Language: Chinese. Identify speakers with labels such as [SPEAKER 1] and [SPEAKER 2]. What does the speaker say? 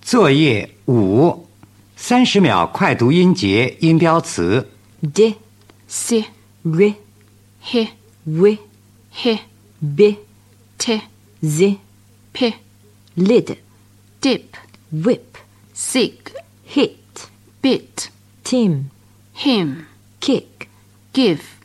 [SPEAKER 1] 作业五，三十秒快读音节音标词。
[SPEAKER 2] d c r
[SPEAKER 3] he,
[SPEAKER 2] w
[SPEAKER 3] he,
[SPEAKER 2] b
[SPEAKER 3] te,
[SPEAKER 2] z
[SPEAKER 3] pe,
[SPEAKER 2] lid
[SPEAKER 3] dip,
[SPEAKER 2] whip
[SPEAKER 3] sig,
[SPEAKER 2] hit
[SPEAKER 3] bit,
[SPEAKER 2] team
[SPEAKER 3] him,
[SPEAKER 2] kick
[SPEAKER 3] give,